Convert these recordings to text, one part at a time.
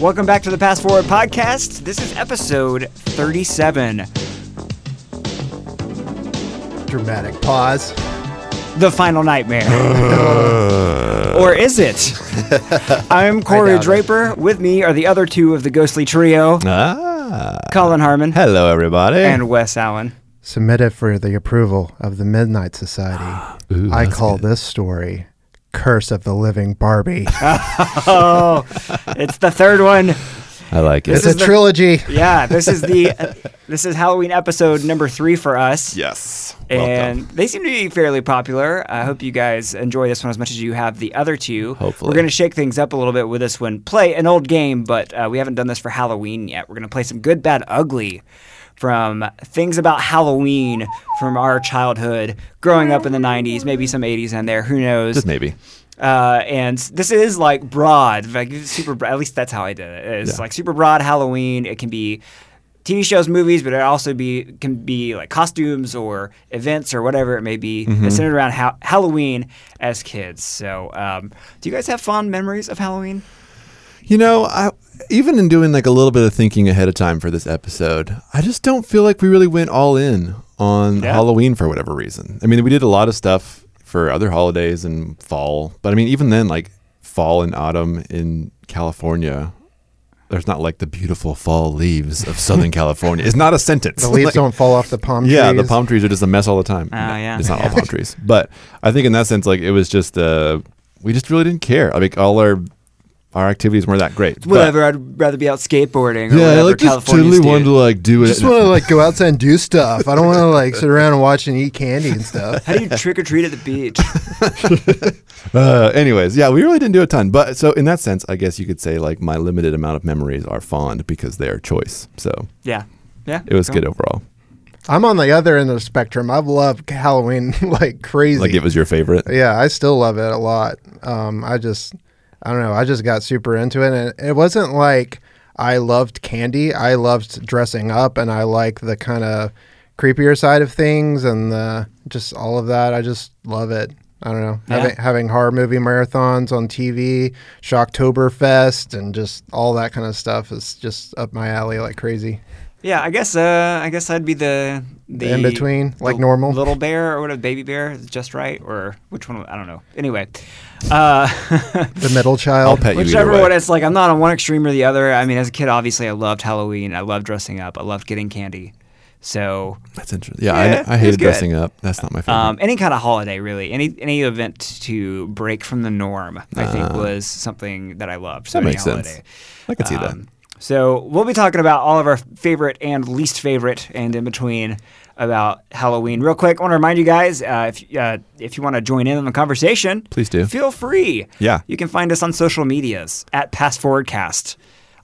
Welcome back to the Pass Forward Podcast. This is episode 37. Dramatic pause. The Final Nightmare. or is it? I'm Corey doubt it. Draper. With me are the other two of the ghostly trio, Ah, Colin Harmon hello everybody. and Wes Allen. Submit it for the approval of the Midnight Society. Ooh, I that's call good. this story Curse of the Living Barbie. Oh, it's the third one. I like it. it's a is the- trilogy. Yeah, this is the this is Halloween episode number 3 for us. yes. And they seem to be fairly popular. I hope you guys enjoy this one as much as you have the other two. Hopefully. We're going to shake things up a little bit with this one. Play an old game, but uh, we haven't done this for Halloween yet. We're going to play some good, bad, ugly from things about Halloween from our childhood, growing up in the 90s, maybe some 80s in there. Who knows? Just maybe. Uh, and this is like broad, like super. bro- At least that's how I did it. It's Yeah. like super broad Halloween. It can be TV shows, movies, but it also be can be like costumes or events or whatever it may be. Mm-hmm. It's centered around ha- Halloween as kids. So, um, do you guys have fond memories of Halloween? You know, I even in doing like a little bit of thinking ahead of time for this episode, I just don't feel like we really went all in on Yeah. Halloween for whatever reason. I mean, we did a lot of stuff for other holidays and fall, but I mean, even then, like fall and autumn in California. There's not like the beautiful fall leaves of Southern California. It's not a sentence. The leaves Like- don't fall off the palm trees. Yeah, the palm trees are just a mess all the time. Oh, yeah. It's not all palm trees. But I think in that sense, like it was just uh we just really didn't care. Like all our our activities weren't that great. But- Whatever. I'd rather be out skateboarding. Or yeah, whatever like just Californians totally do. wanted to like do it. Just want to like go outside and do stuff. I don't want to like sit around and watch and eat candy and stuff. How do you trick or treat at the beach? uh, anyways, yeah, we really didn't do a ton. But so in that sense, I guess you could say like my limited amount of memories are fond because they are choice. So yeah, yeah. it was Go. good overall. I'm on the other end of the spectrum. I've loved Halloween like crazy. Like it was your favorite. Yeah, I still love it a lot. Um, I just, I don't know, I just got super into it, and it wasn't like I loved candy. I loved dressing up, and I like the kind of creepier side of things, and the just all of that. I just love it. I don't know, Yeah. having having horror movie marathons on TV, Shocktoberfest, and just all that kind of stuff is just up my alley like crazy. Yeah, I guess uh, I guess I'd be the the in between, the like normal? little bear or whatever, baby bear, is just right, or which one? I don't know. Anyway, uh, The middle I'll child. pet you either whichever way. one. It's like I'm not on one extreme or the other. I mean, as a kid, obviously, I loved Halloween. I loved dressing up. I loved getting candy. So That's interesting. Yeah, Yeah, I, I it was hated good. dressing up. That's not my favorite. um, any kind of holiday, really, any any event to break from the norm, I think, was something that I loved. So Ah. that any makes sense. holiday. I could see that. Um, So we'll be talking about all of our favorite and least favorite and in between about Halloween. Real quick, I want to remind you guys uh, if uh, if you want to join in on the conversation, Please do. Feel free. Yeah. you can find us on social medias at Pass Forwardcast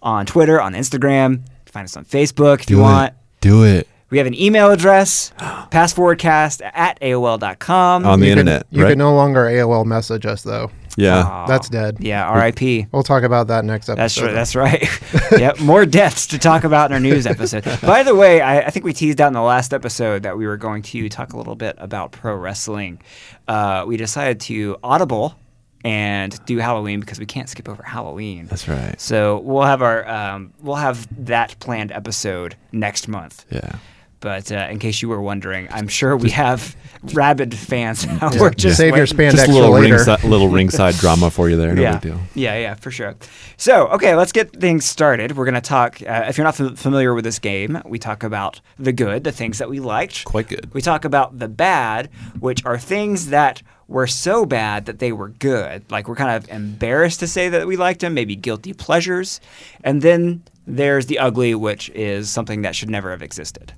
on Twitter, on Instagram. Find us on Facebook if do you it. want. Do it We have an email address, passforwardcast at AOL.com. on the You can- internet. you right? can no longer AOL message us though. yeah. Aw. That's dead. Yeah, RIP. We'll talk about that next episode. That's right. That's right. yep. More deaths to talk about in our news episode. By the way, I, I think we teased out in the last episode that we were going to talk a little bit about pro wrestling. Uh, we decided to audible and do Halloween because we can't skip over Halloween. That's right. So we'll have our um, we'll have that planned episode next month. Yeah. But uh, in case you were wondering, I'm sure we have rabid fans. out We're just Save your waiting. spandex Just a for little later. ringside, little ringside drama for you there. No yeah. big deal. Yeah, yeah, for sure. So, okay, let's get things started. We're going to talk, uh, if you're not f- familiar with this game, we talk about the good, the things that we liked. Quite good. We talk about the bad, which are things that were so bad that they were good. Like we're kind of embarrassed to say that we liked them, maybe guilty pleasures. And then there's the ugly, which is something that should never have existed.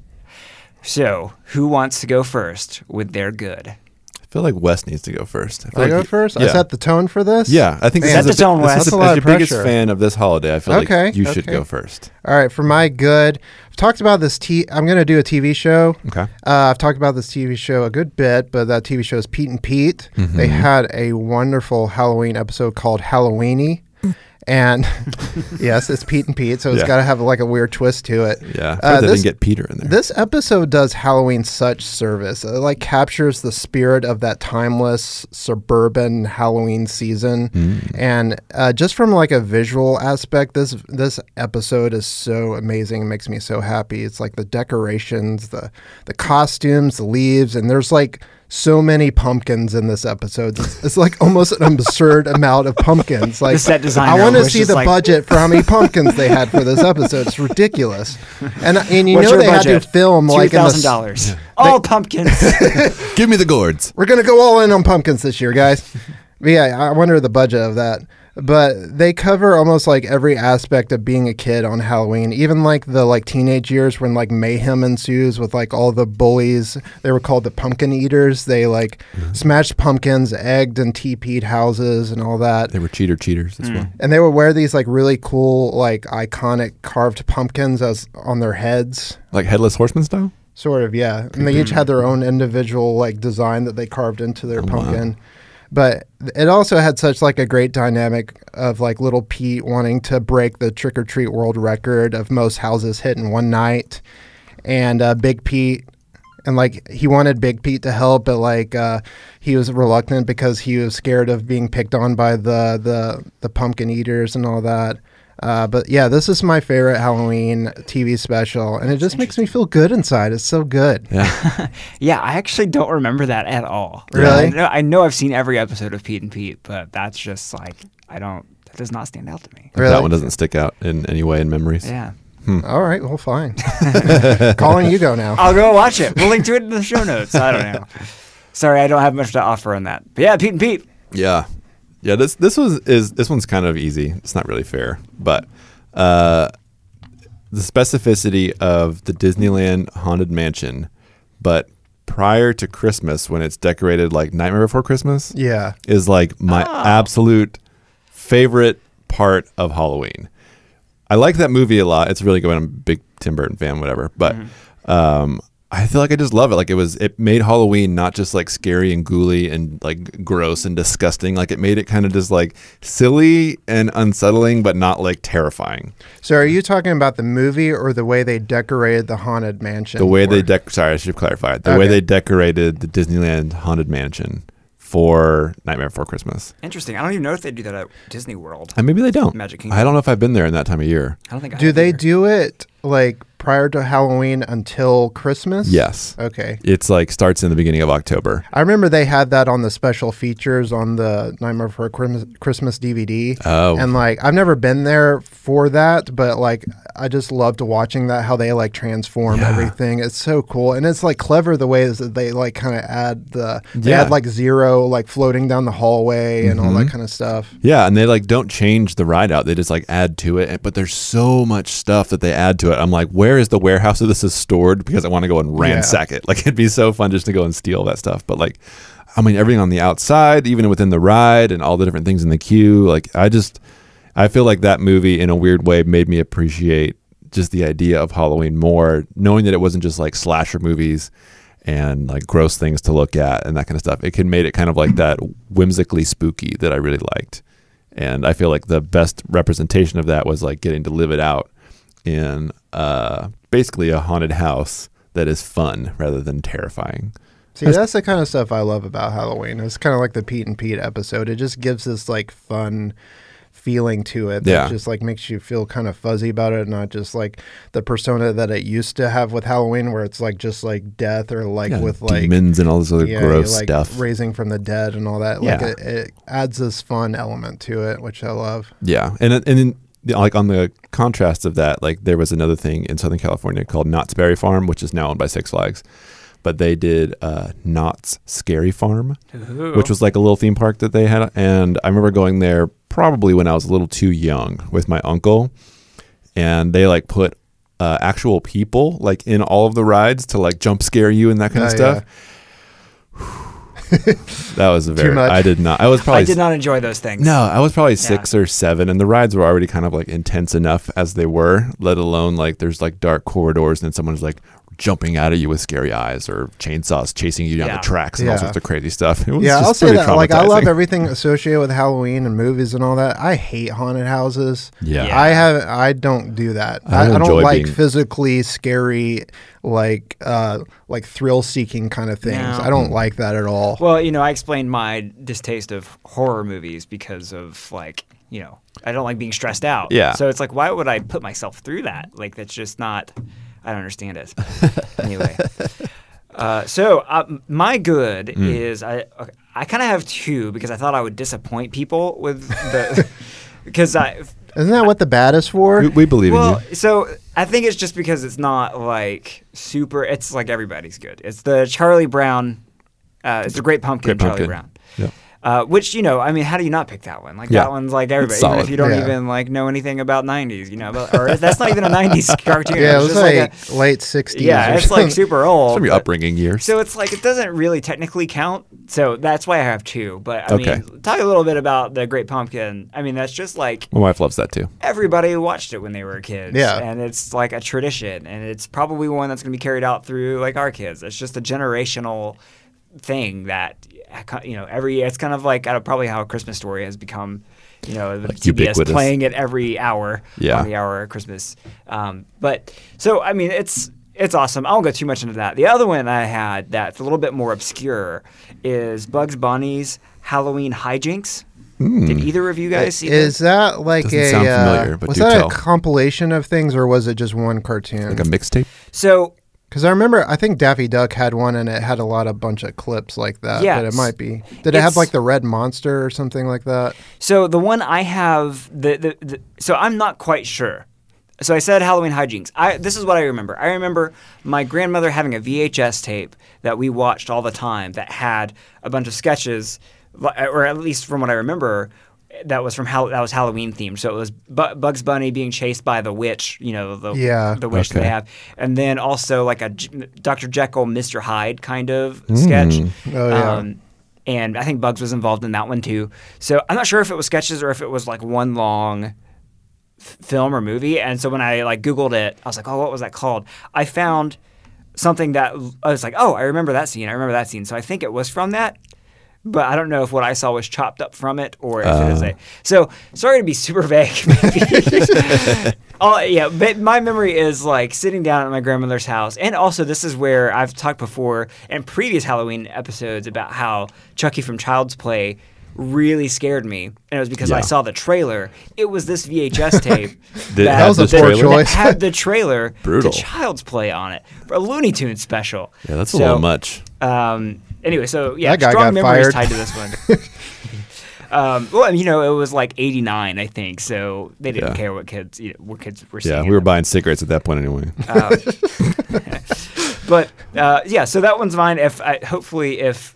So, who wants to go first with their good? I feel like Wes needs to go first. I, feel I like go he- first. Yeah. I set the tone for this. yeah, I think Set this the is the tone, Wes. This That's is a the, lot as of your biggest pressure. fan of this holiday, I feel Okay, like you should okay. go first. All right. For my good, I've talked about this. T- I'm going to do a TV show. Okay. Uh, I've talked about this TV show a good bit, but that TV show Mm. Mm-hmm. is Pete and Pete. They had a wonderful Halloween episode called Halloweeny. And yes, it's Pete and Pete, so it's Yeah. got to have like a weird twist to it. Yeah, Uh, they this- didn't get Peter in there. This episode does Halloween such service. It like captures the spirit of that timeless suburban Halloween season, and uh, just from like a visual aspect, this this episode is so amazing. It makes me so happy. It's like the decorations, the the costumes, the leaves, and there's like so many pumpkins in this episode. It's, it's like almost an absurd amount of pumpkins. Like set designer I want to was see just the like- budget for how many pumpkins they had for this episode. It's ridiculous, and and you What's know your they had to budget? film like in the thousand s- dollars. All pumpkins. Give me the gourds. We're gonna go all in on pumpkins this year, guys. but yeah, I wonder the budget of that. But they cover almost like every aspect of being a kid on Halloween, even like the like teenage years when like mayhem ensues with like all the bullies. They were called the pumpkin eaters. They like smashed pumpkins, egged and teepeed houses and all that. They were cheater cheaters as well. And they would wear these like really cool, like iconic carved pumpkins as on their heads. Like headless horseman style. Sort of, yeah. And they each had their own individual like design that they carved into their wow. pumpkin. But it also had such like a great dynamic of like little Pete wanting to break the trick or treat world record of most houses hit in one night, and uh, Big Pete. And like he wanted Big Pete to help, but like uh, he was reluctant because he was scared of being picked on by the the, the pumpkin eaters and all that. Uh, but yeah, this is my favorite Halloween TV special, and it just makes me feel good inside. It's so good. Yeah, yeah, I actually don't remember that at all. Really? I know, I know I've seen every episode of Pete and Pete, but that's just like I don't. That does not stand out to me. Really? that one doesn't stick out in any way in memories. Yeah. All right, well, fine. Colin, you go now. I'll go watch it. We'll link to it in the show notes. I don't know. Sorry, I don't have much to offer on that. But yeah, Pete and Pete. Yeah. Yeah, this this was is this one's kind of easy. It's not really fair, but uh, the specificity of the Disneyland haunted mansion, but prior to Christmas when it's decorated like Nightmare Before Christmas, Yeah. is like my Ah. absolute favorite part of Halloween. I like that movie a lot. It's really good. I'm a big Tim Burton fan, whatever. But Mm-hmm. um, I feel like I just love it. Like it was, it made Halloween not just like scary and ghouly and like gross and disgusting. Like it made it kind of just like silly and unsettling, but not like terrifying. So, are you talking about the movie or the way they decorated the haunted mansion? The way they for- dec sorry, I should have clarified. The way Okay. they decorated the Disneyland haunted mansion for Nightmare Before Christmas. Interesting. I don't even know if they do that at Disney World. I And maybe they don't. Magic Kingdom. I don't know if I've been there in that time of year. don't think. I do have they either. do it like prior to Halloween until Christmas? Yes. Okay. It's like starts in the beginning of October. I remember they had that on the special features on the Nightmare Before Christmas- Christmas DVD. Oh. And like, I've never been there for that, but like, I just loved watching that, how they like transform Yeah. everything. It's so cool. And it's like clever the ways that they like kind of add the, they Yeah. Mm-hmm. add like zero, like floating down the hallway and all that kind of stuff. Yeah, and they like don't change the ride out. They just like add to it. But there's so much stuff that they add to it. I'm like, where is the warehouse that this is stored? Because I want to go and ransack it. Like it'd be so fun just to go and steal that stuff. But like, I mean, everything on the outside, even within the ride, and all the different things in the queue. Like I just, I feel like that movie in a weird way made me appreciate just the idea of Halloween more, knowing that it wasn't just like slasher movies and like gross things to look at and that kind of stuff. It can made it kind of like that whimsically spooky that I really liked. And I feel like the best representation of that was like getting to live it out in uh, basically a haunted house that is fun rather than terrifying. See, that's the kind of stuff I love about Halloween. It's kind of like the Pete and Pete episode. It just gives this like fun feeling to it that Yeah. just like makes you feel kind of fuzzy about it, not just like the persona that it used to have with Halloween, where it's like just like death or like Yeah, with like demons and all this other yeah, gross like stuff. raising from the dead and all that. Like Yeah. it, it adds this fun element to it, which I love. Yeah, and and then the- like on the contrast of that, like there was another thing in Southern California called Knott's Berry Farm, which is now owned by Six Flags, but they did uh, Knott's Scary Farm, which was like a little theme park that they had, and I remember going there probably when I was a little too young with my uncle, and they like put uh, actual people like in all of the rides to like jump scare you and that kind Oh, of stuff. That was a very. much. I did not. I was probably. I did not enjoy those things. No, I was probably six or seven, and the rides were already kind of like intense enough as they were. Let alone like there's like dark corridors, and then someone's like jumping out at you with scary eyes or chainsaws chasing you down Yeah. the tracks and all Yeah. sorts of crazy stuff. It was yeah, just I'll say really that. Like, I love traumatizing. everything associated with Halloween and movies and all that. I hate haunted houses. Yeah. Yeah. I have. I don't do that. I I, I enjoy don't like being- physically scary, like uh, like thrill seeking kind of things. No. I don't like that at all. Well, you know, I explained my distaste of horror movies because of like, you know, I don't like being stressed out. Yeah. So it's like, why would I put myself through that? Like, that's just not. I don't understand it. anyway. Uh, so uh, m- my good Hmm. is I okay, I kind of have two because I thought I would disappoint people with the because I Isn't that what the bat is for? We, we believe well, in you. so I think it's just because it's not like super. It's like everybody's good. It's the Charlie Brown. Uh, it's the Great Pumpkin. Great Charlie Pumpkin. Brown. Yeah. Uh, which you know, I mean, how do you not pick that one? Like Yeah. that one's like everybody, even solid. if you don't Yeah. even like know anything about '90s, you know, but, or that's not even a '90s cartoon. yeah, it it's was just like, like, late '60s. a, yeah, or it's like something. super old. From your but- upbringing years. so it's like it doesn't really technically count. So that's why I have two. But I Okay. mean, talk a little bit about the Great Pumpkin. I mean, that's just like My wife loves that too. everybody watched it when they were kids. Yeah. And it's like a tradition. And it's probably one that's going to be carried out through like our kids. It's just a generational thing that, you know, every, it's kind of like I don't, probably how a Christmas story has become, you know, the TBS ubiquitous. playing it every hour Yeah. on the hour at Christmas. Um, but so, I mean, it's, it's awesome. I won't go too much into that. The other one I had that's a little bit more obscure is Bugs Bunny's Halloween Hijinks. Did either of you guys see this? Hmm. Is that like Doesn't a sound uh, familiar, but was do that tell. a compilation of things or was it just one cartoon? Like a mixtape. So Because I remember, I think Daffy Duck had one, and it had a lot of bunch of clips like that. Yes. but it might be. Did it have It's- like the red monster or something like that? So the one I have the, the, the so I'm not quite sure. So I said Halloween hijinks. I this is what I remember. I remember my grandmother having a VHS tape that we watched all the time that had a bunch of sketches, li- or at least from what I remember, that was from Hal- that was Halloween themed. So it was Bu- Bugs Bunny being chased by the witch, you know, the Yeah. the witch that Okay. they have, and then also like a J- Dr. Jekyll, Mr. Hyde kind of sketch. Oh, yeah. Um, and I think Bugs was involved in that one too. So I'm not sure if it was sketches or if it was like one long f- film or movie. And so when I like Googled it, I was like, oh, what was that called? I found something that I was like, oh, I remember that scene. I remember that scene. So I think it was from that. But I don't know if what I saw was chopped up from it or if it is a. So sorry to be super vague. Maybe. Oh yeah, but my memory is like sitting down at my grandmother's house, and also this is where I've talked before in previous Halloween episodes about how Chucky from Child's Play really scared me, and it was because Yeah. I saw the trailer. It was this VHS tape Did it have That was a the poor choice. had the trailer Brutal. to Child's Play on it for a Looney Tunes special. Yeah, that's a So, little much. Um, anyway, so yeah, That guy strong got memories fired. tied to this one. Um, well, you know, it was like '89, I think, so they didn't Yeah. care what kids, you know, what kids were seeing. Yeah, we were buying cigarettes at that point anyway. but uh, yeah, so that one's mine. If I, hopefully, if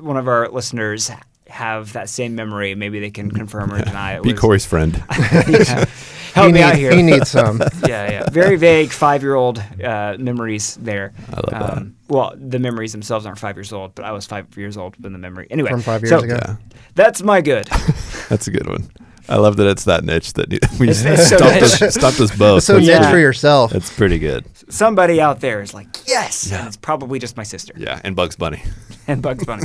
one of our listeners have that same memory, maybe they can confirm or deny it. Be was- Corey's friend. Yeah. Help he me need- out here. He needs some. yeah, yeah. Very vague five-year-old uh, memories there. I love that. Well, the memories themselves aren't five years old, but I was five years old when the memory. Anyway, From five so years ago? Yeah. That's my good. That's a good one. I love that it's that niche that we It's- it's so stopped, niche. us, stopped us both. so That's niche yeah. for yourself. That's pretty good. Somebody out there is like, yes, and it's probably just my sister Yeah, and Bugs Bunny. and Bugs Bunny.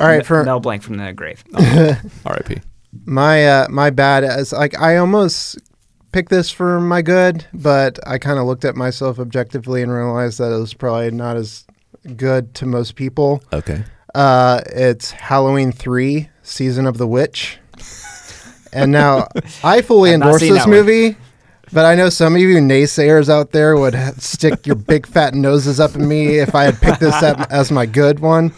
All right, for Mel Blanc from the grave. Oh, R.I.P. my uh, my bad as like I almost picked this for my good, but I kind of looked at myself objectively and realized that it was probably not as good to most people. Okay. Uh, it's Halloween three, season of the witch. And now I fully I've not endorse seen this that one. movie, but I know some of you naysayers out there would ha- stick your big fat noses up at me if I had picked this up as my good one.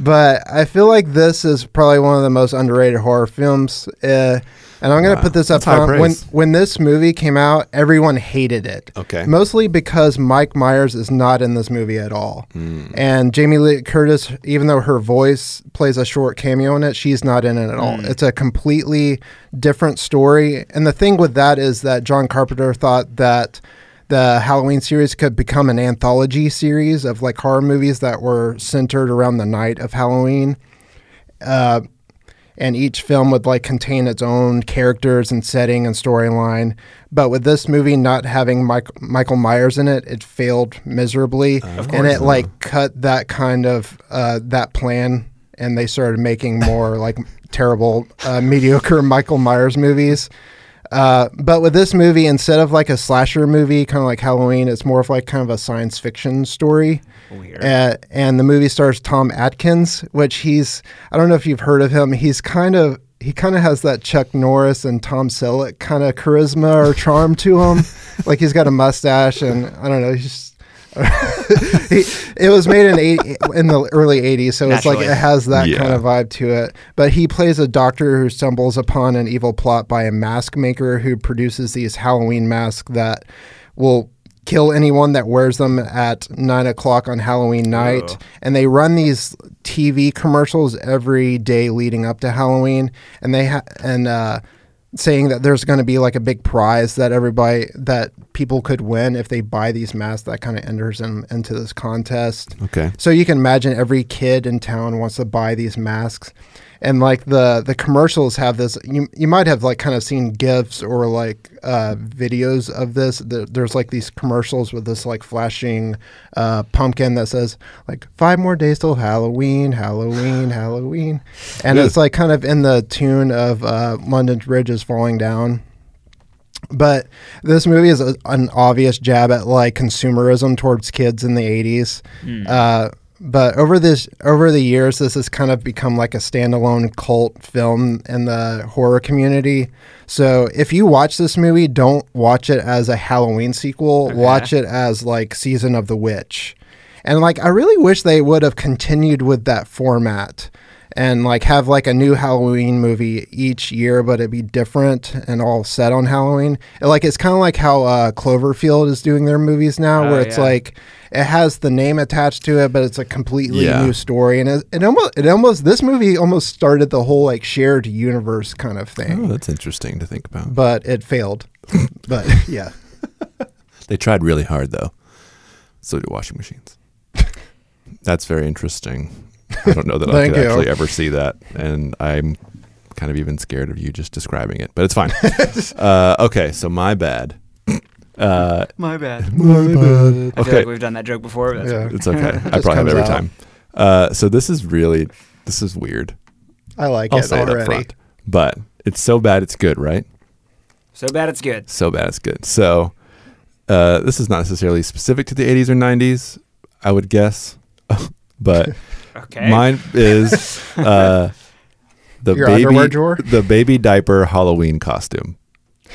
But I feel like this is probably one of the most underrated horror films. Uh, and I'm going to Wow. put this That's up high front. When, praise. when this movie came out, everyone hated it. Okay. Mostly because Mike Myers is not in this movie at all. And Jamie Lee Curtis, even though her voice plays a short cameo in it, she's not in it at all. It's a completely different story. And the thing with that is that John Carpenter thought that the Halloween series could become an anthology series of like horror movies that were centered around the night of Halloween. Uh, and each film would like contain its own characters and setting and storyline. But with this movie not having Mike- Michael Myers in it, it failed miserably, and it like cut that kind of uh, that plan, and they started making more like terrible, uh, mediocre Michael Myers movies. Uh, but with this movie, instead of like a slasher movie, kind of like Halloween, it's more of like kind of a science fiction story. Weird. Uh, and the movie stars Tom Atkins, which he's I don't know if you've heard of him. He's kind of he kind of has that Chuck Norris and Tom Selleck kind of charisma or charm to him. like he's got a mustache, and I don't know. He's just, he, it was made in 80, in the early 80s, so it's like Naturally. it has that Yeah. kind of vibe to it. But he plays a doctor who stumbles upon an evil plot by a mask maker who produces these Halloween masks that will kill anyone that wears them at nine o'clock on Halloween night. Oh. And they run these TV commercials every day leading up to Halloween, and they ha- and uh, saying that there's going to be like a big prize that everybody that people could win if they buy these masks. That kind of enters them into this contest. Okay. So you can imagine every kid in town wants to buy these masks. And like the the commercials have this, you you might have like kind of seen gifs or like uh, videos of this. There- There's like these commercials with this like flashing uh, pumpkin that says like five more days till Halloween, Halloween, Halloween, and it's like kind of in the tune of uh, London Bridge is falling down. But this movie is a, an obvious jab at like consumerism towards kids in the 80s. Uh, but over this over the years, this has kind of become like a standalone cult film in the horror community. So if you watch this movie, don't watch it as a Halloween sequel. Watch it as like Season of the Witch. And like I really wish they would have continued with that format and like have like a new Halloween movie each year, but it'd be different and all set on Halloween. And, like it's kind of like how uh, Cloverfield is doing their movies now, Oh, where it's yeah. like it has the name attached to it, but it's a completely Yeah. new story. And it, it almost it almost this movie almost started the whole like shared universe kind of thing, Oh, that's interesting to think about. but it failed. but yeah, They tried really hard, though. So do washing machines. That's very interesting. I don't know that I Thank could you. actually ever see that, and I'm kind of even scared of you just describing it, but it's fine. uh, okay, so my bad. Uh, My bad. I feel okay, like we've done that joke before. But that's Yeah. it's okay. I Just probably have comes every out. time. Uh, so this is really this is weird. I like I'll it say it up already. front, but it's so bad it's good, right? So bad it's good. so bad it's good. So uh, this is not necessarily specific to the 80s or 90s, I would guess, but Okay. mine is uh, the Your baby underwear drawer? the baby diaper Halloween costume.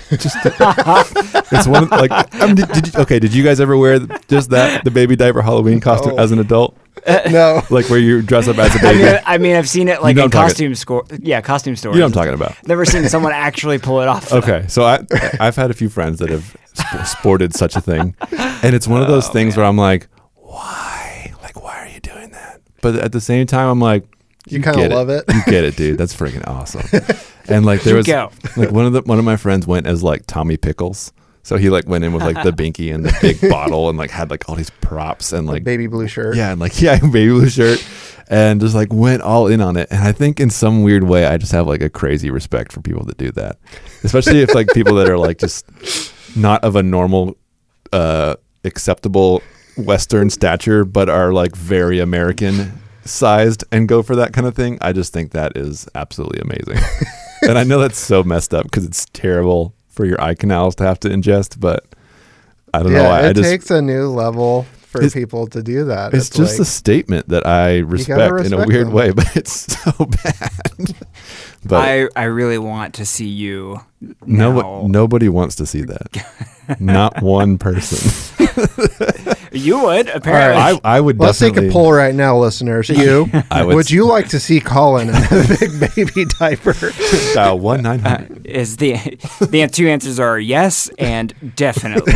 Just the- it's one of, like um, did, did you, okay. Did you guys ever wear just that the baby diaper Halloween costume No. as an adult, No, like where you dress up as a I baby? mean, I mean, I've seen it like know in I'm talking- costume score. Yeah, costume stores. you know what I'm talking about. Never seen someone actually pull it off. Okay, so I I've had a few friends that have sp- sported such a thing, and it's one of Oh, those things where I'm like, why? Like, why are you doing that? But at the same time, I'm like, You kinda get love it. You get it, dude. That's freaking awesome. And like there You was go. like one of the one of my friends went as like Tommy Pickles. So he like went in with like the binky and the big bottle and like had like all these props and like baby blue shirt. yeah, and like yeah, baby blue shirt, and just like went all in on it. And I think in some weird way, I just have like a crazy respect for people that do that, especially if like people that are like just not of a normal, uh, acceptable Western stature, but are like very American sized and go for that kind of thing. I just think that is absolutely amazing, and I know that's so messed up because it's terrible for your eye canals to have to ingest, but. I don't know Yeah, why. it I just, takes a new level for It's- people to do that. it's just a like- statement that I respect, in a respect weird them. way, but it's so bad. but I, I really want to see you. no, now. nobody wants to see that. Not one person. You would apparently. I, I would Let's take definitely. a poll right now, listeners. You I would would, you like to see Colin in a big baby diaper? Dial one nine hundred. Is the the two answers are yes and definitely.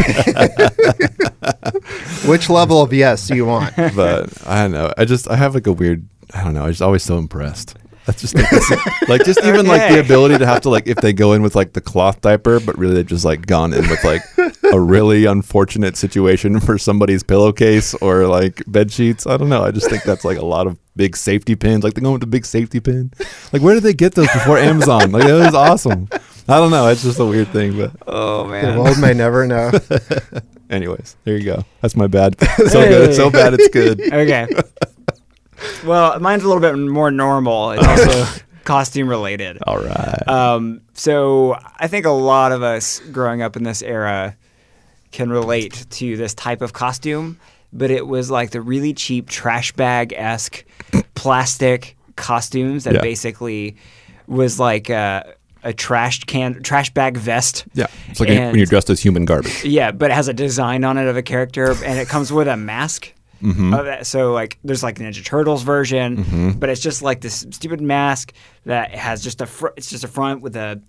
Which level of yes do you want? but I don't know. I just I have like a weird. I don't know. I'm just always so impressed. That's just like, this- like just even like the Okay. ability to have to like if they go in with like the cloth diaper, but really they've just like gone in with like a really unfortunate situation for somebody's pillowcase or like bed sheets. I don't know. I just think that's like a lot of big safety pins. Like they go with the big safety pin. Like where did they get those before Amazon? Like that was awesome. I don't know. It's just a weird thing, but Oh The man. world may never know. anyways, there you go. That's my bad. so good. So bad it's good. Okay. Well, mine's a little bit more normal. It's also costume related. All right. Um, so I think a lot of us growing up in this era can relate to this type of costume, but it was like the really cheap trash bag esque plastic costumes that Yeah. basically was like a, a trash can trash bag vest. Yeah. It's like when And- you're dressed as human garbage. yeah, but it has a design on it of a character, and it comes with a mask. Mm-hmm. of that. So like, there's like Ninja Turtles version, but it's just like this stupid mask that has just a fr- it's just a front with a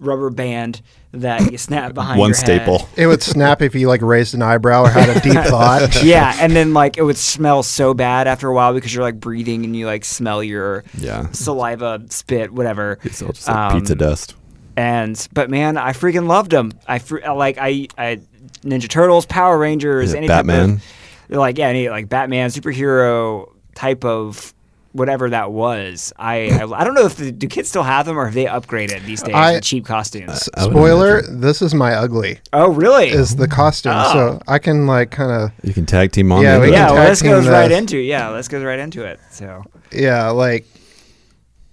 rubber band that you snap behind One your head. staple. It would snap if you like raised an eyebrow or had a deep thought. yeah, and then like it would smell so bad after a while because you're like breathing and you like smell your Yeah. saliva, spit, whatever. It's all just like Um, pizza dust. and but man, I freaking loved them. I fr- I like I, I Ninja Turtles, Power Rangers, Yeah, any type Batman. of, like yeah, any like Batman superhero type of whatever that was. I I, I don't know if the, do kids still have them or have they upgraded these days I- in cheap costumes. I would Spoiler: This is my ugly. oh really? Is the costume, so Ah. I can like kind of You can tag team on Yeah, there, we but- yeah, well, tag this team goes right this. into yeah, this goes right into it. So yeah, like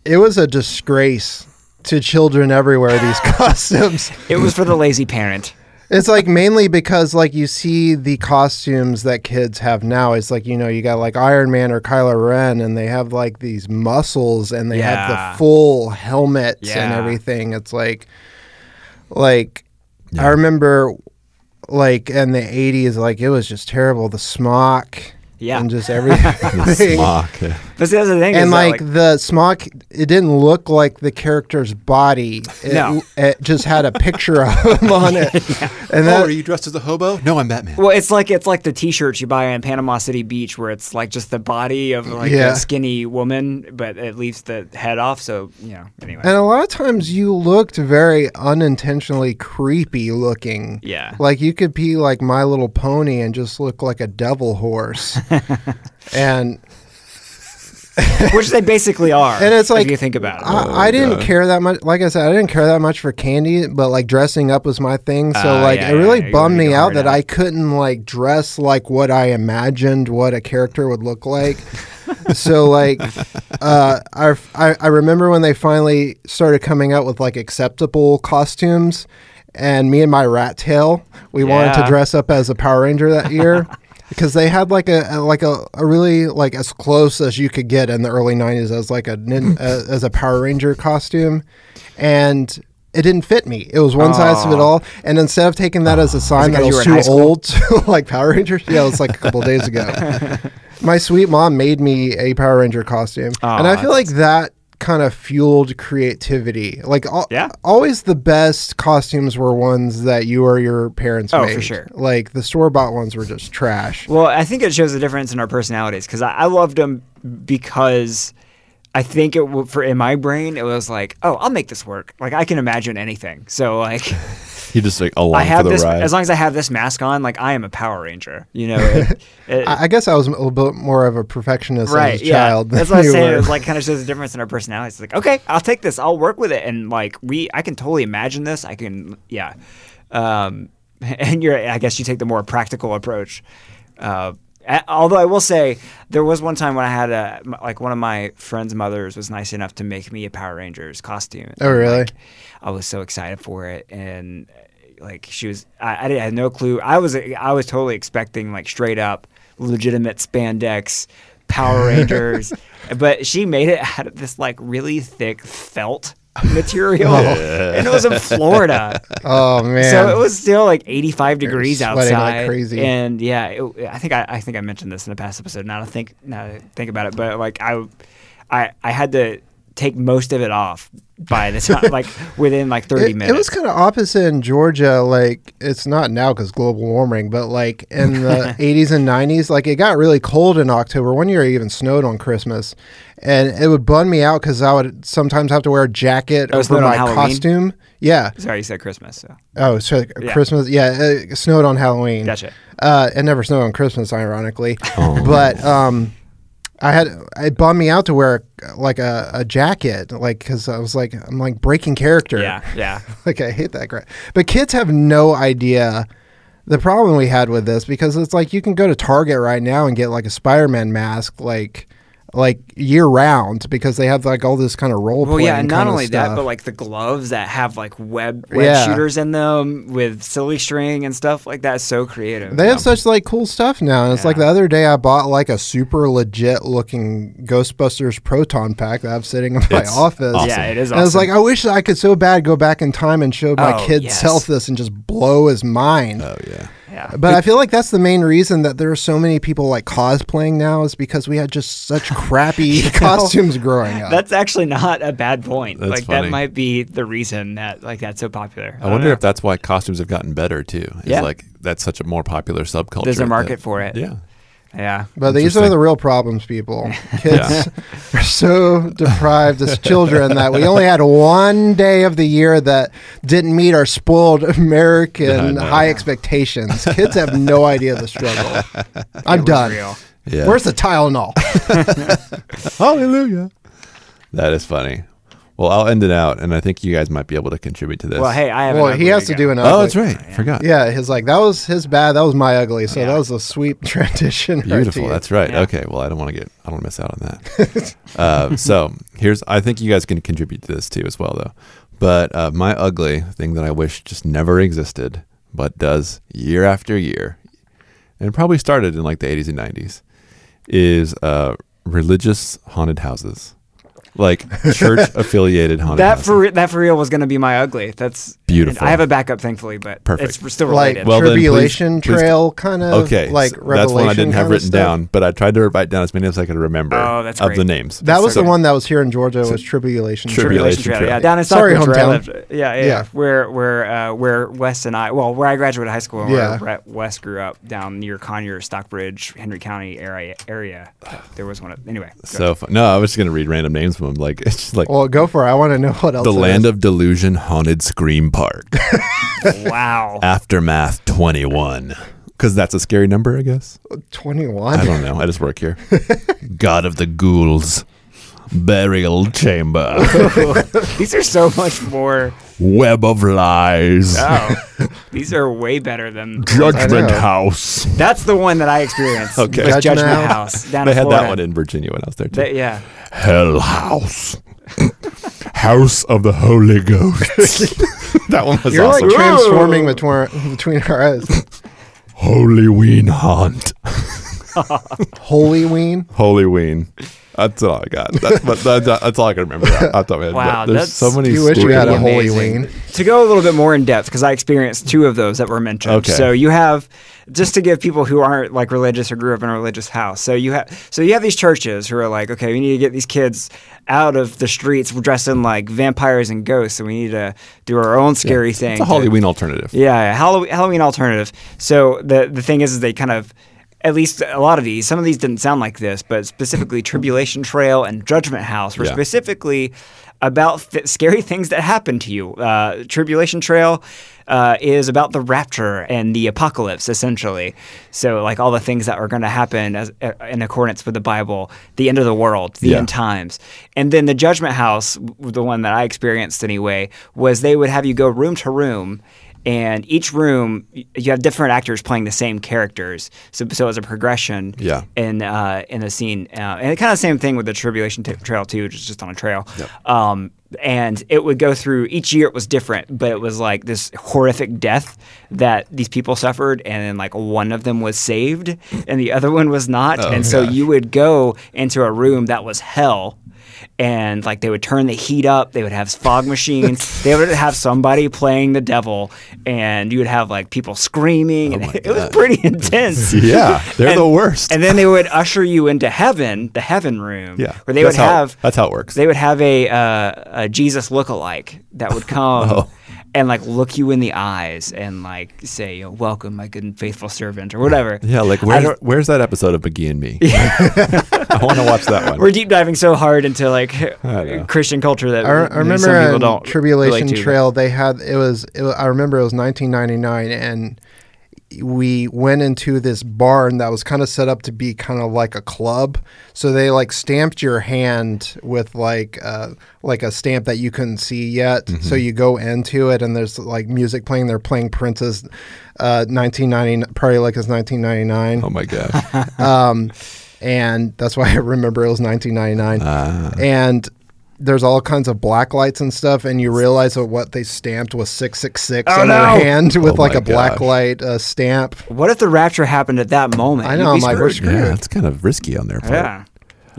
it was a disgrace to children everywhere. These costumes. it was for the lazy parent. It's like mainly because like you see the costumes that kids have now. It's like you know you got like Iron Man or Kylo Ren, and they have like these muscles, and they have Yeah. the full helmets and Yeah. everything. It's like, like Yeah. I remember, like in the eighties, like it was just terrible. The smock, Yeah. and just everything. Smock. yeah. But see, that's the thing. And is that, like, the smock, it didn't look like the character's body. It, No. it just had a picture of him on it. And Oh, that, are you dressed as a hobo? No, I'm Batman. Well, it's like it's like the T-shirts you buy in Panama City Beach, where it's like just the body of like Yeah. a skinny woman, but it leaves the head off. So you know, anyway, And a lot of times you looked very unintentionally creepy looking. yeah, Like you could be like My Little Pony and just look like a devil horse. and which they basically are. And it's like- if you think about it, I, I didn't God. care that much. Like I said, I didn't care that much for candy, but like dressing up was my thing. So Ah, like yeah, it yeah, really yeah, you bummed wanna me go out hard that out. I couldn't like dress like what I imagined what a character would look like. so like, uh, I, I I remember when they finally started coming out with like acceptable costumes, and me and my rat tail, we wanted to Yeah. dress up as a Power Ranger that year. Because they had like a a- like a, a really like as close as you could get in the early '90s as like a nin, uh, as a Power Ranger costume, and it didn't fit me. It was one size fit all. And instead of taking that as a sign that I because you was were in high too school? old to like Power Rangers, yeah, it was like a couple days ago. My sweet mom made me a Power Ranger costume, and I Aw, feel like that kind of fueled creativity. Like, al- Yeah. always the best costumes were ones that you or your parents Oh, made. for sure. Like the store bought ones were just trash. Well, I think it shows the difference in our personalities because I, I loved them because I think it w- for in my brain it was like, oh, I'll make this work. Like I can imagine anything. So like. You just like along I have for the this ride. as long as I have this mask on. Like I am a Power Ranger, you know. It, it, I I guess I was a little bit more of a perfectionist as a yeah. child. That's what I than was you saying. were. It was like kind of shows the difference in our personalities. It's like, okay, I'll take this. I'll work with it, and like we, I can totally imagine this. I can, yeah. Um, and you're, I guess you take the more practical approach. Uh, a- although I will say, there was one time when I had a m- like one of my friends' mothers was nice enough to make me a Power Rangers costume. Oh, And, really? like, I was so excited for it, and uh, like she was, I, I didn't I had no clue. I was, I was totally expecting like straight up, legitimate spandex Power Rangers, but she made it out of this like really thick felt material, and it was in Florida. oh man. So it was still like 85 degrees sweating outside, like crazy. and yeah, it, I think I, I think I mentioned this in the past episode. Now that I think now that I think about it, but like I, I, I had to take most of it off by the time, like within like 30 it, minutes. It was kind of opposite in Georgia. Like it's not now because global warming, but like in the 80s and 90s, like it got really cold in October. One year it even snowed on Christmas, and it would bun me out because I would sometimes have to wear a jacket Oh, it over snowed on my Halloween? costume. Yeah. Sorry, you said Christmas. So Oh, so Yeah. Christmas. Yeah, it snowed on Halloween. gotcha. Uh, it never snowed on Christmas, ironically. Oh. But um, I had it bummed me out to wear like a, a jacket, like because I was like I'm like breaking character. Yeah, yeah. like I hate that crap. But kids have no idea the problem we had with this because it's like you can go to Target right now and get like a Spider-Man mask like like year round because they have like all this kind of role Well, playing. yeah, and not kinda only that, stuff. but like the gloves that have like web, web Yeah. shooters in them with silly string and stuff like that. is So creative. They have such like cool stuff now, and it's like Yeah. the other day I bought like a super legit looking Ghostbusters proton pack that I have sitting in my It's office. awesome. Yeah, it is. And I was awesome. like, I wish I could so bad go back in time and show my Oh, kid yes. self this and just blow his mind. Oh yeah. yeah. but I feel like that's the main reason that there are so many people like cosplaying now is because we had just such crappy costumes growing up. That's actually not a bad point. That's like funny. that might be the reason that like that's so popular. I wonder if that's why costumes have gotten better too. It's Yeah. like that's such a more popular subculture. there's a market that- for it. Yeah. Yeah. But these are Interesting. the real problems, people. Kids are so deprived as children that we only had one day of the year that didn't meet our spoiled American I know. high expectations. Kids have no idea the struggle. I'm done. Real. Yeah. Where's the Tylenol? Hallelujah. That is funny. Well, I'll end it out, and I think you guys might be able to contribute to this. Well, hey, I have. an well, he ugly has to go. do an oh, ugly- that's right. Forgot. Yeah, his like that was his bad. That was my ugly. So Yeah. that was a sweet transition. right to Beautiful. you. That's right. Yeah. Okay. Well, I don't want to get. I don't want to miss out on that. uh, so here's. I think you guys can contribute to this too as well, though. But uh, my ugly thing that I wish just never existed, but does year after year, and probably started in like the 80s and 90s, is uh, religious haunted houses, like church affiliated haunted That houses. for re- that for real was going to be my ugly. That's Beautiful. I have a backup, thankfully, but Perfect. it's still like related. Well, then please- tribulation please- trail kind of okay like so revelation. that's one i didn't have kinda written stuff. down but i tried to write down as many as i could remember Oh, that's of great. the names That was so the good. one that was here in Georgia. Was tribulation. Trail. Tribulation Tribulation Trail. Trail. Yeah, down in Sorry, Stockbridge, where I hometown. lived. Yeah, yeah, Yeah. yeah. Where where uh, where Wes and I, well, where I graduated high school, and Yeah. where Brett West grew up, down near Conyer, Stockbridge, Henry County area. Area. There was one. Of, anyway. go so fun. no i was just gonna read random names from them like it's just like Well, go for it. I want to know what else. the it land is. of delusion haunted scream park ahead. wow. aftermath 21 because that's a scary number i guess i twenty-one. don't know i just work here god of the ghouls burial chamber These are so much more. web of lies Oh, these are way better than. I judgment know. house That's the one that I experienced. Okay. was Judgment Judgment House. Down they in had Florida. that one in virginia when i was there too They- yeah. Hell House. House of the Holy Ghost. that one was You're awesome. like transforming Whoa. between between our eyes. Holy Ween Haunt. Holy ween. Holy Ween. That's all I got. That's, but that's, that's all I can remember. I, I thought we had, Wow, there's that's- so many. You wish we stupid had a ones. holy amazing. ween. To go a little bit more in depth, because I experienced two of those that were mentioned. Okay. So you have just to give people who aren't like religious or grew up in a religious house. So you have so you have these churches who are like, okay, we need to get these kids out of the streets dressed in like vampires and ghosts, and we need to do our own scary thing. It's a to- Holy Ween alternative. yeah, yeah, Halloween, Halloween alternative. So the the thing is, is they kind of, at least a lot of these, some of these didn't sound like this, but specifically Tribulation Trail and Judgment House were Yeah. specifically about th- scary things that happen to you. Uh, Tribulation Trail uh, is about the rapture and the apocalypse, essentially. So like all the things that are going to happen as, uh, in accordance with the Bible, the end of the world, the Yeah. end times. And then the Judgment House, w- the one that I experienced anyway, was they would have you go room to room and each room y- you have different actors playing the same characters so so as a progression Yeah. in uh, in the scene uh, and kind of the same thing with the tribulation t- trail too which is just on a trail um, and it would go through each year it was different but it was like this horrific death that these people suffered and then like one of them was saved and the other one was not and so you would go into a room that was hell and like they would turn the heat up they would have fog machines they would have somebody playing the devil and you would have like people screaming and it was pretty intense Yeah, they're the worst. and then they would usher you into heaven the heaven room Yeah, where they that's would how- have that's how it works. they would have a, uh, a jesus lookalike that would come Oh. and like look you in the eyes and like say, you know, "Welcome, my good and faithful servant," or whatever. Yeah, like I where's don't- where's that episode of McGee and Me? I want to watch that one. we're deep diving so hard into like know. Christian culture that I, re- I maybe remember some people on don't Tribulation relate to. Trail they had it was, it wa- I remember it was 1999 and we went into this barn that was kind of set up to be kind of like a club so they like stamped your hand with like uh like a stamp that you couldn't see yet Mm-hmm. so you go into it and there's like music playing they're playing Prince's uh 1990 probably like it's 1999 Oh my gosh. um, and that's why I remember it was 1999. Ah. And there's all kinds of black lights and stuff, and you realize that what they stamped was 666 Oh, on their no! hand with Oh, like my a black gosh. light uh, stamp. What if the rapture happened at that moment? I You'd know, be I'm like, screwed. screwed. Yeah, that's kind of risky on their part. Yeah.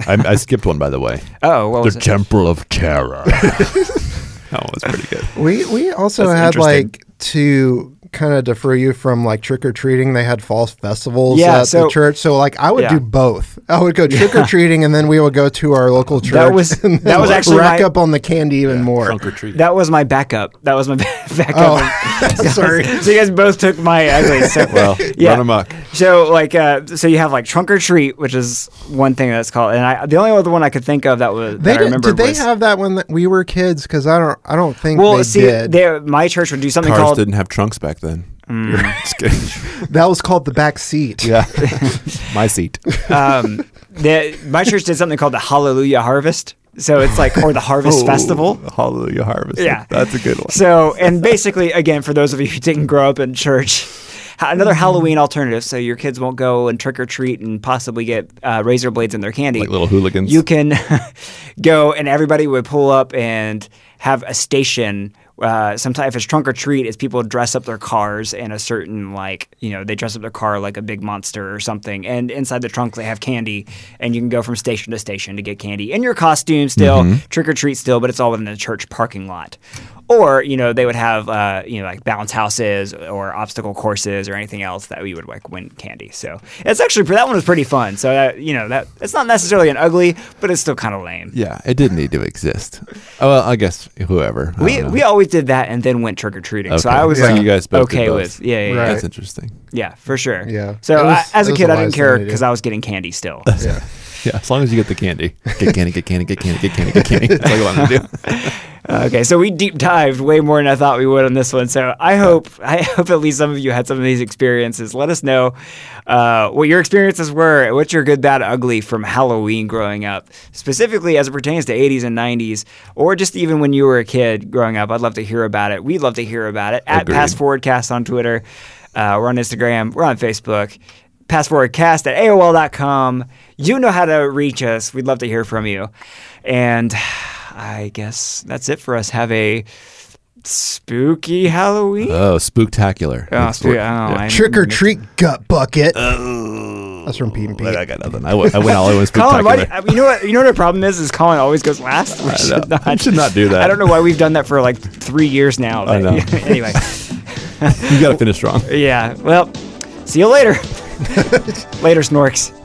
I, I skipped one, by the way. Oh, what The was it? Temple of Terror. that one was pretty good. We we also That's had interesting. like to kind of defer you from like trick or treating. They had false festivals Yeah, at so- the church, so like I would Yeah. do both. I would go trick or treating, and then we would go to our local church. was- and that was actually rack my- up on the candy even more. Trunk or treat. That was my backup. That was my backup. Oh, sorry. so you guys both took my ugly. So, well, Yeah. run amok. so like, uh, so you have like trunk or treat, which is one thing that's called, and I, the only other one I could think of that was They that I did, remember did they was, have that when th- we were kids? Because I don't, I don't think Well, they see, did. they- my church would do something Cars called Mm. didn't have trunks back then. Just kidding. that was called the back seat. yeah. My seat. um, the, my church did something called the Hallelujah Harvest. So it's like, or the Harvest Oh, Festival. Hallelujah Harvest. Yeah. That's a good one. So, and basically, again, for those of you who didn't grow up in church, ha- Mm-hmm. another Halloween alternative. So your kids won't go and trick or treat and possibly get uh, razor blades in their candy. like little hooligans. you can go and everybody would pull up and have a station. Uh, sometimes if it's trunk or treat, it's people dress up their cars in a certain like you know they dress up their car like a big monster or something, and inside the trunk they have candy, and you can go from station to station to get candy in your costume still Mm-hmm. trick or treat still, but it's all within the church parking lot. Or you know they would have uh, you know like bounce houses or obstacle courses or anything else that we would like win candy. So it's actually that one was pretty fun. So that, you know that it's not necessarily an ugly, but it's still kind of lame. yeah, it did need to exist. Oh, well, I guess whoever. I We don't know. we always did that and then went trick or treating. So Okay. I was So like, you guys both did okay both. with yeah yeah, yeah, Right. That's interesting. yeah, for sure. Yeah. So It was- I, as it a was kid, a I didn't wise care thing to do. because I was getting candy still. Yeah. Yeah, as long as you get the candy. Get candy, get candy, get candy, get candy, get candy. That's all you want to do. okay, so we deep dived way more than I thought we would on this one. So I hope I hope at least some of you had some of these experiences. Let us know uh, what your experiences were. and What's your good, bad, ugly from Halloween growing up, specifically as it pertains to 80s and 90s, or just even when you were a kid growing up. I'd love to hear about it. We'd love to hear about it at Agreed. Pass Forwardcast on Twitter. Uh, we're on Instagram. We're on Facebook. Passforwardcast at AOL.com. You know how to reach us. We'd love to hear from you. And I guess that's it for us. Have a spooky Halloween. Oh, spooktacular. oh, That's spoo- what- oh, I- Trick or treat gut bucket. Oh, That's from Pete and But I Pete. got nothing. I went, I went all the way with Colin, why do, spooktacular. uh, you know what? You know what our problem is? Is Colin always goes last. We should know. not. We should not do that. I don't know why we've done that for like three years now. I know. anyway, You got to finish strong. yeah. Well, see you later. later, Snorks.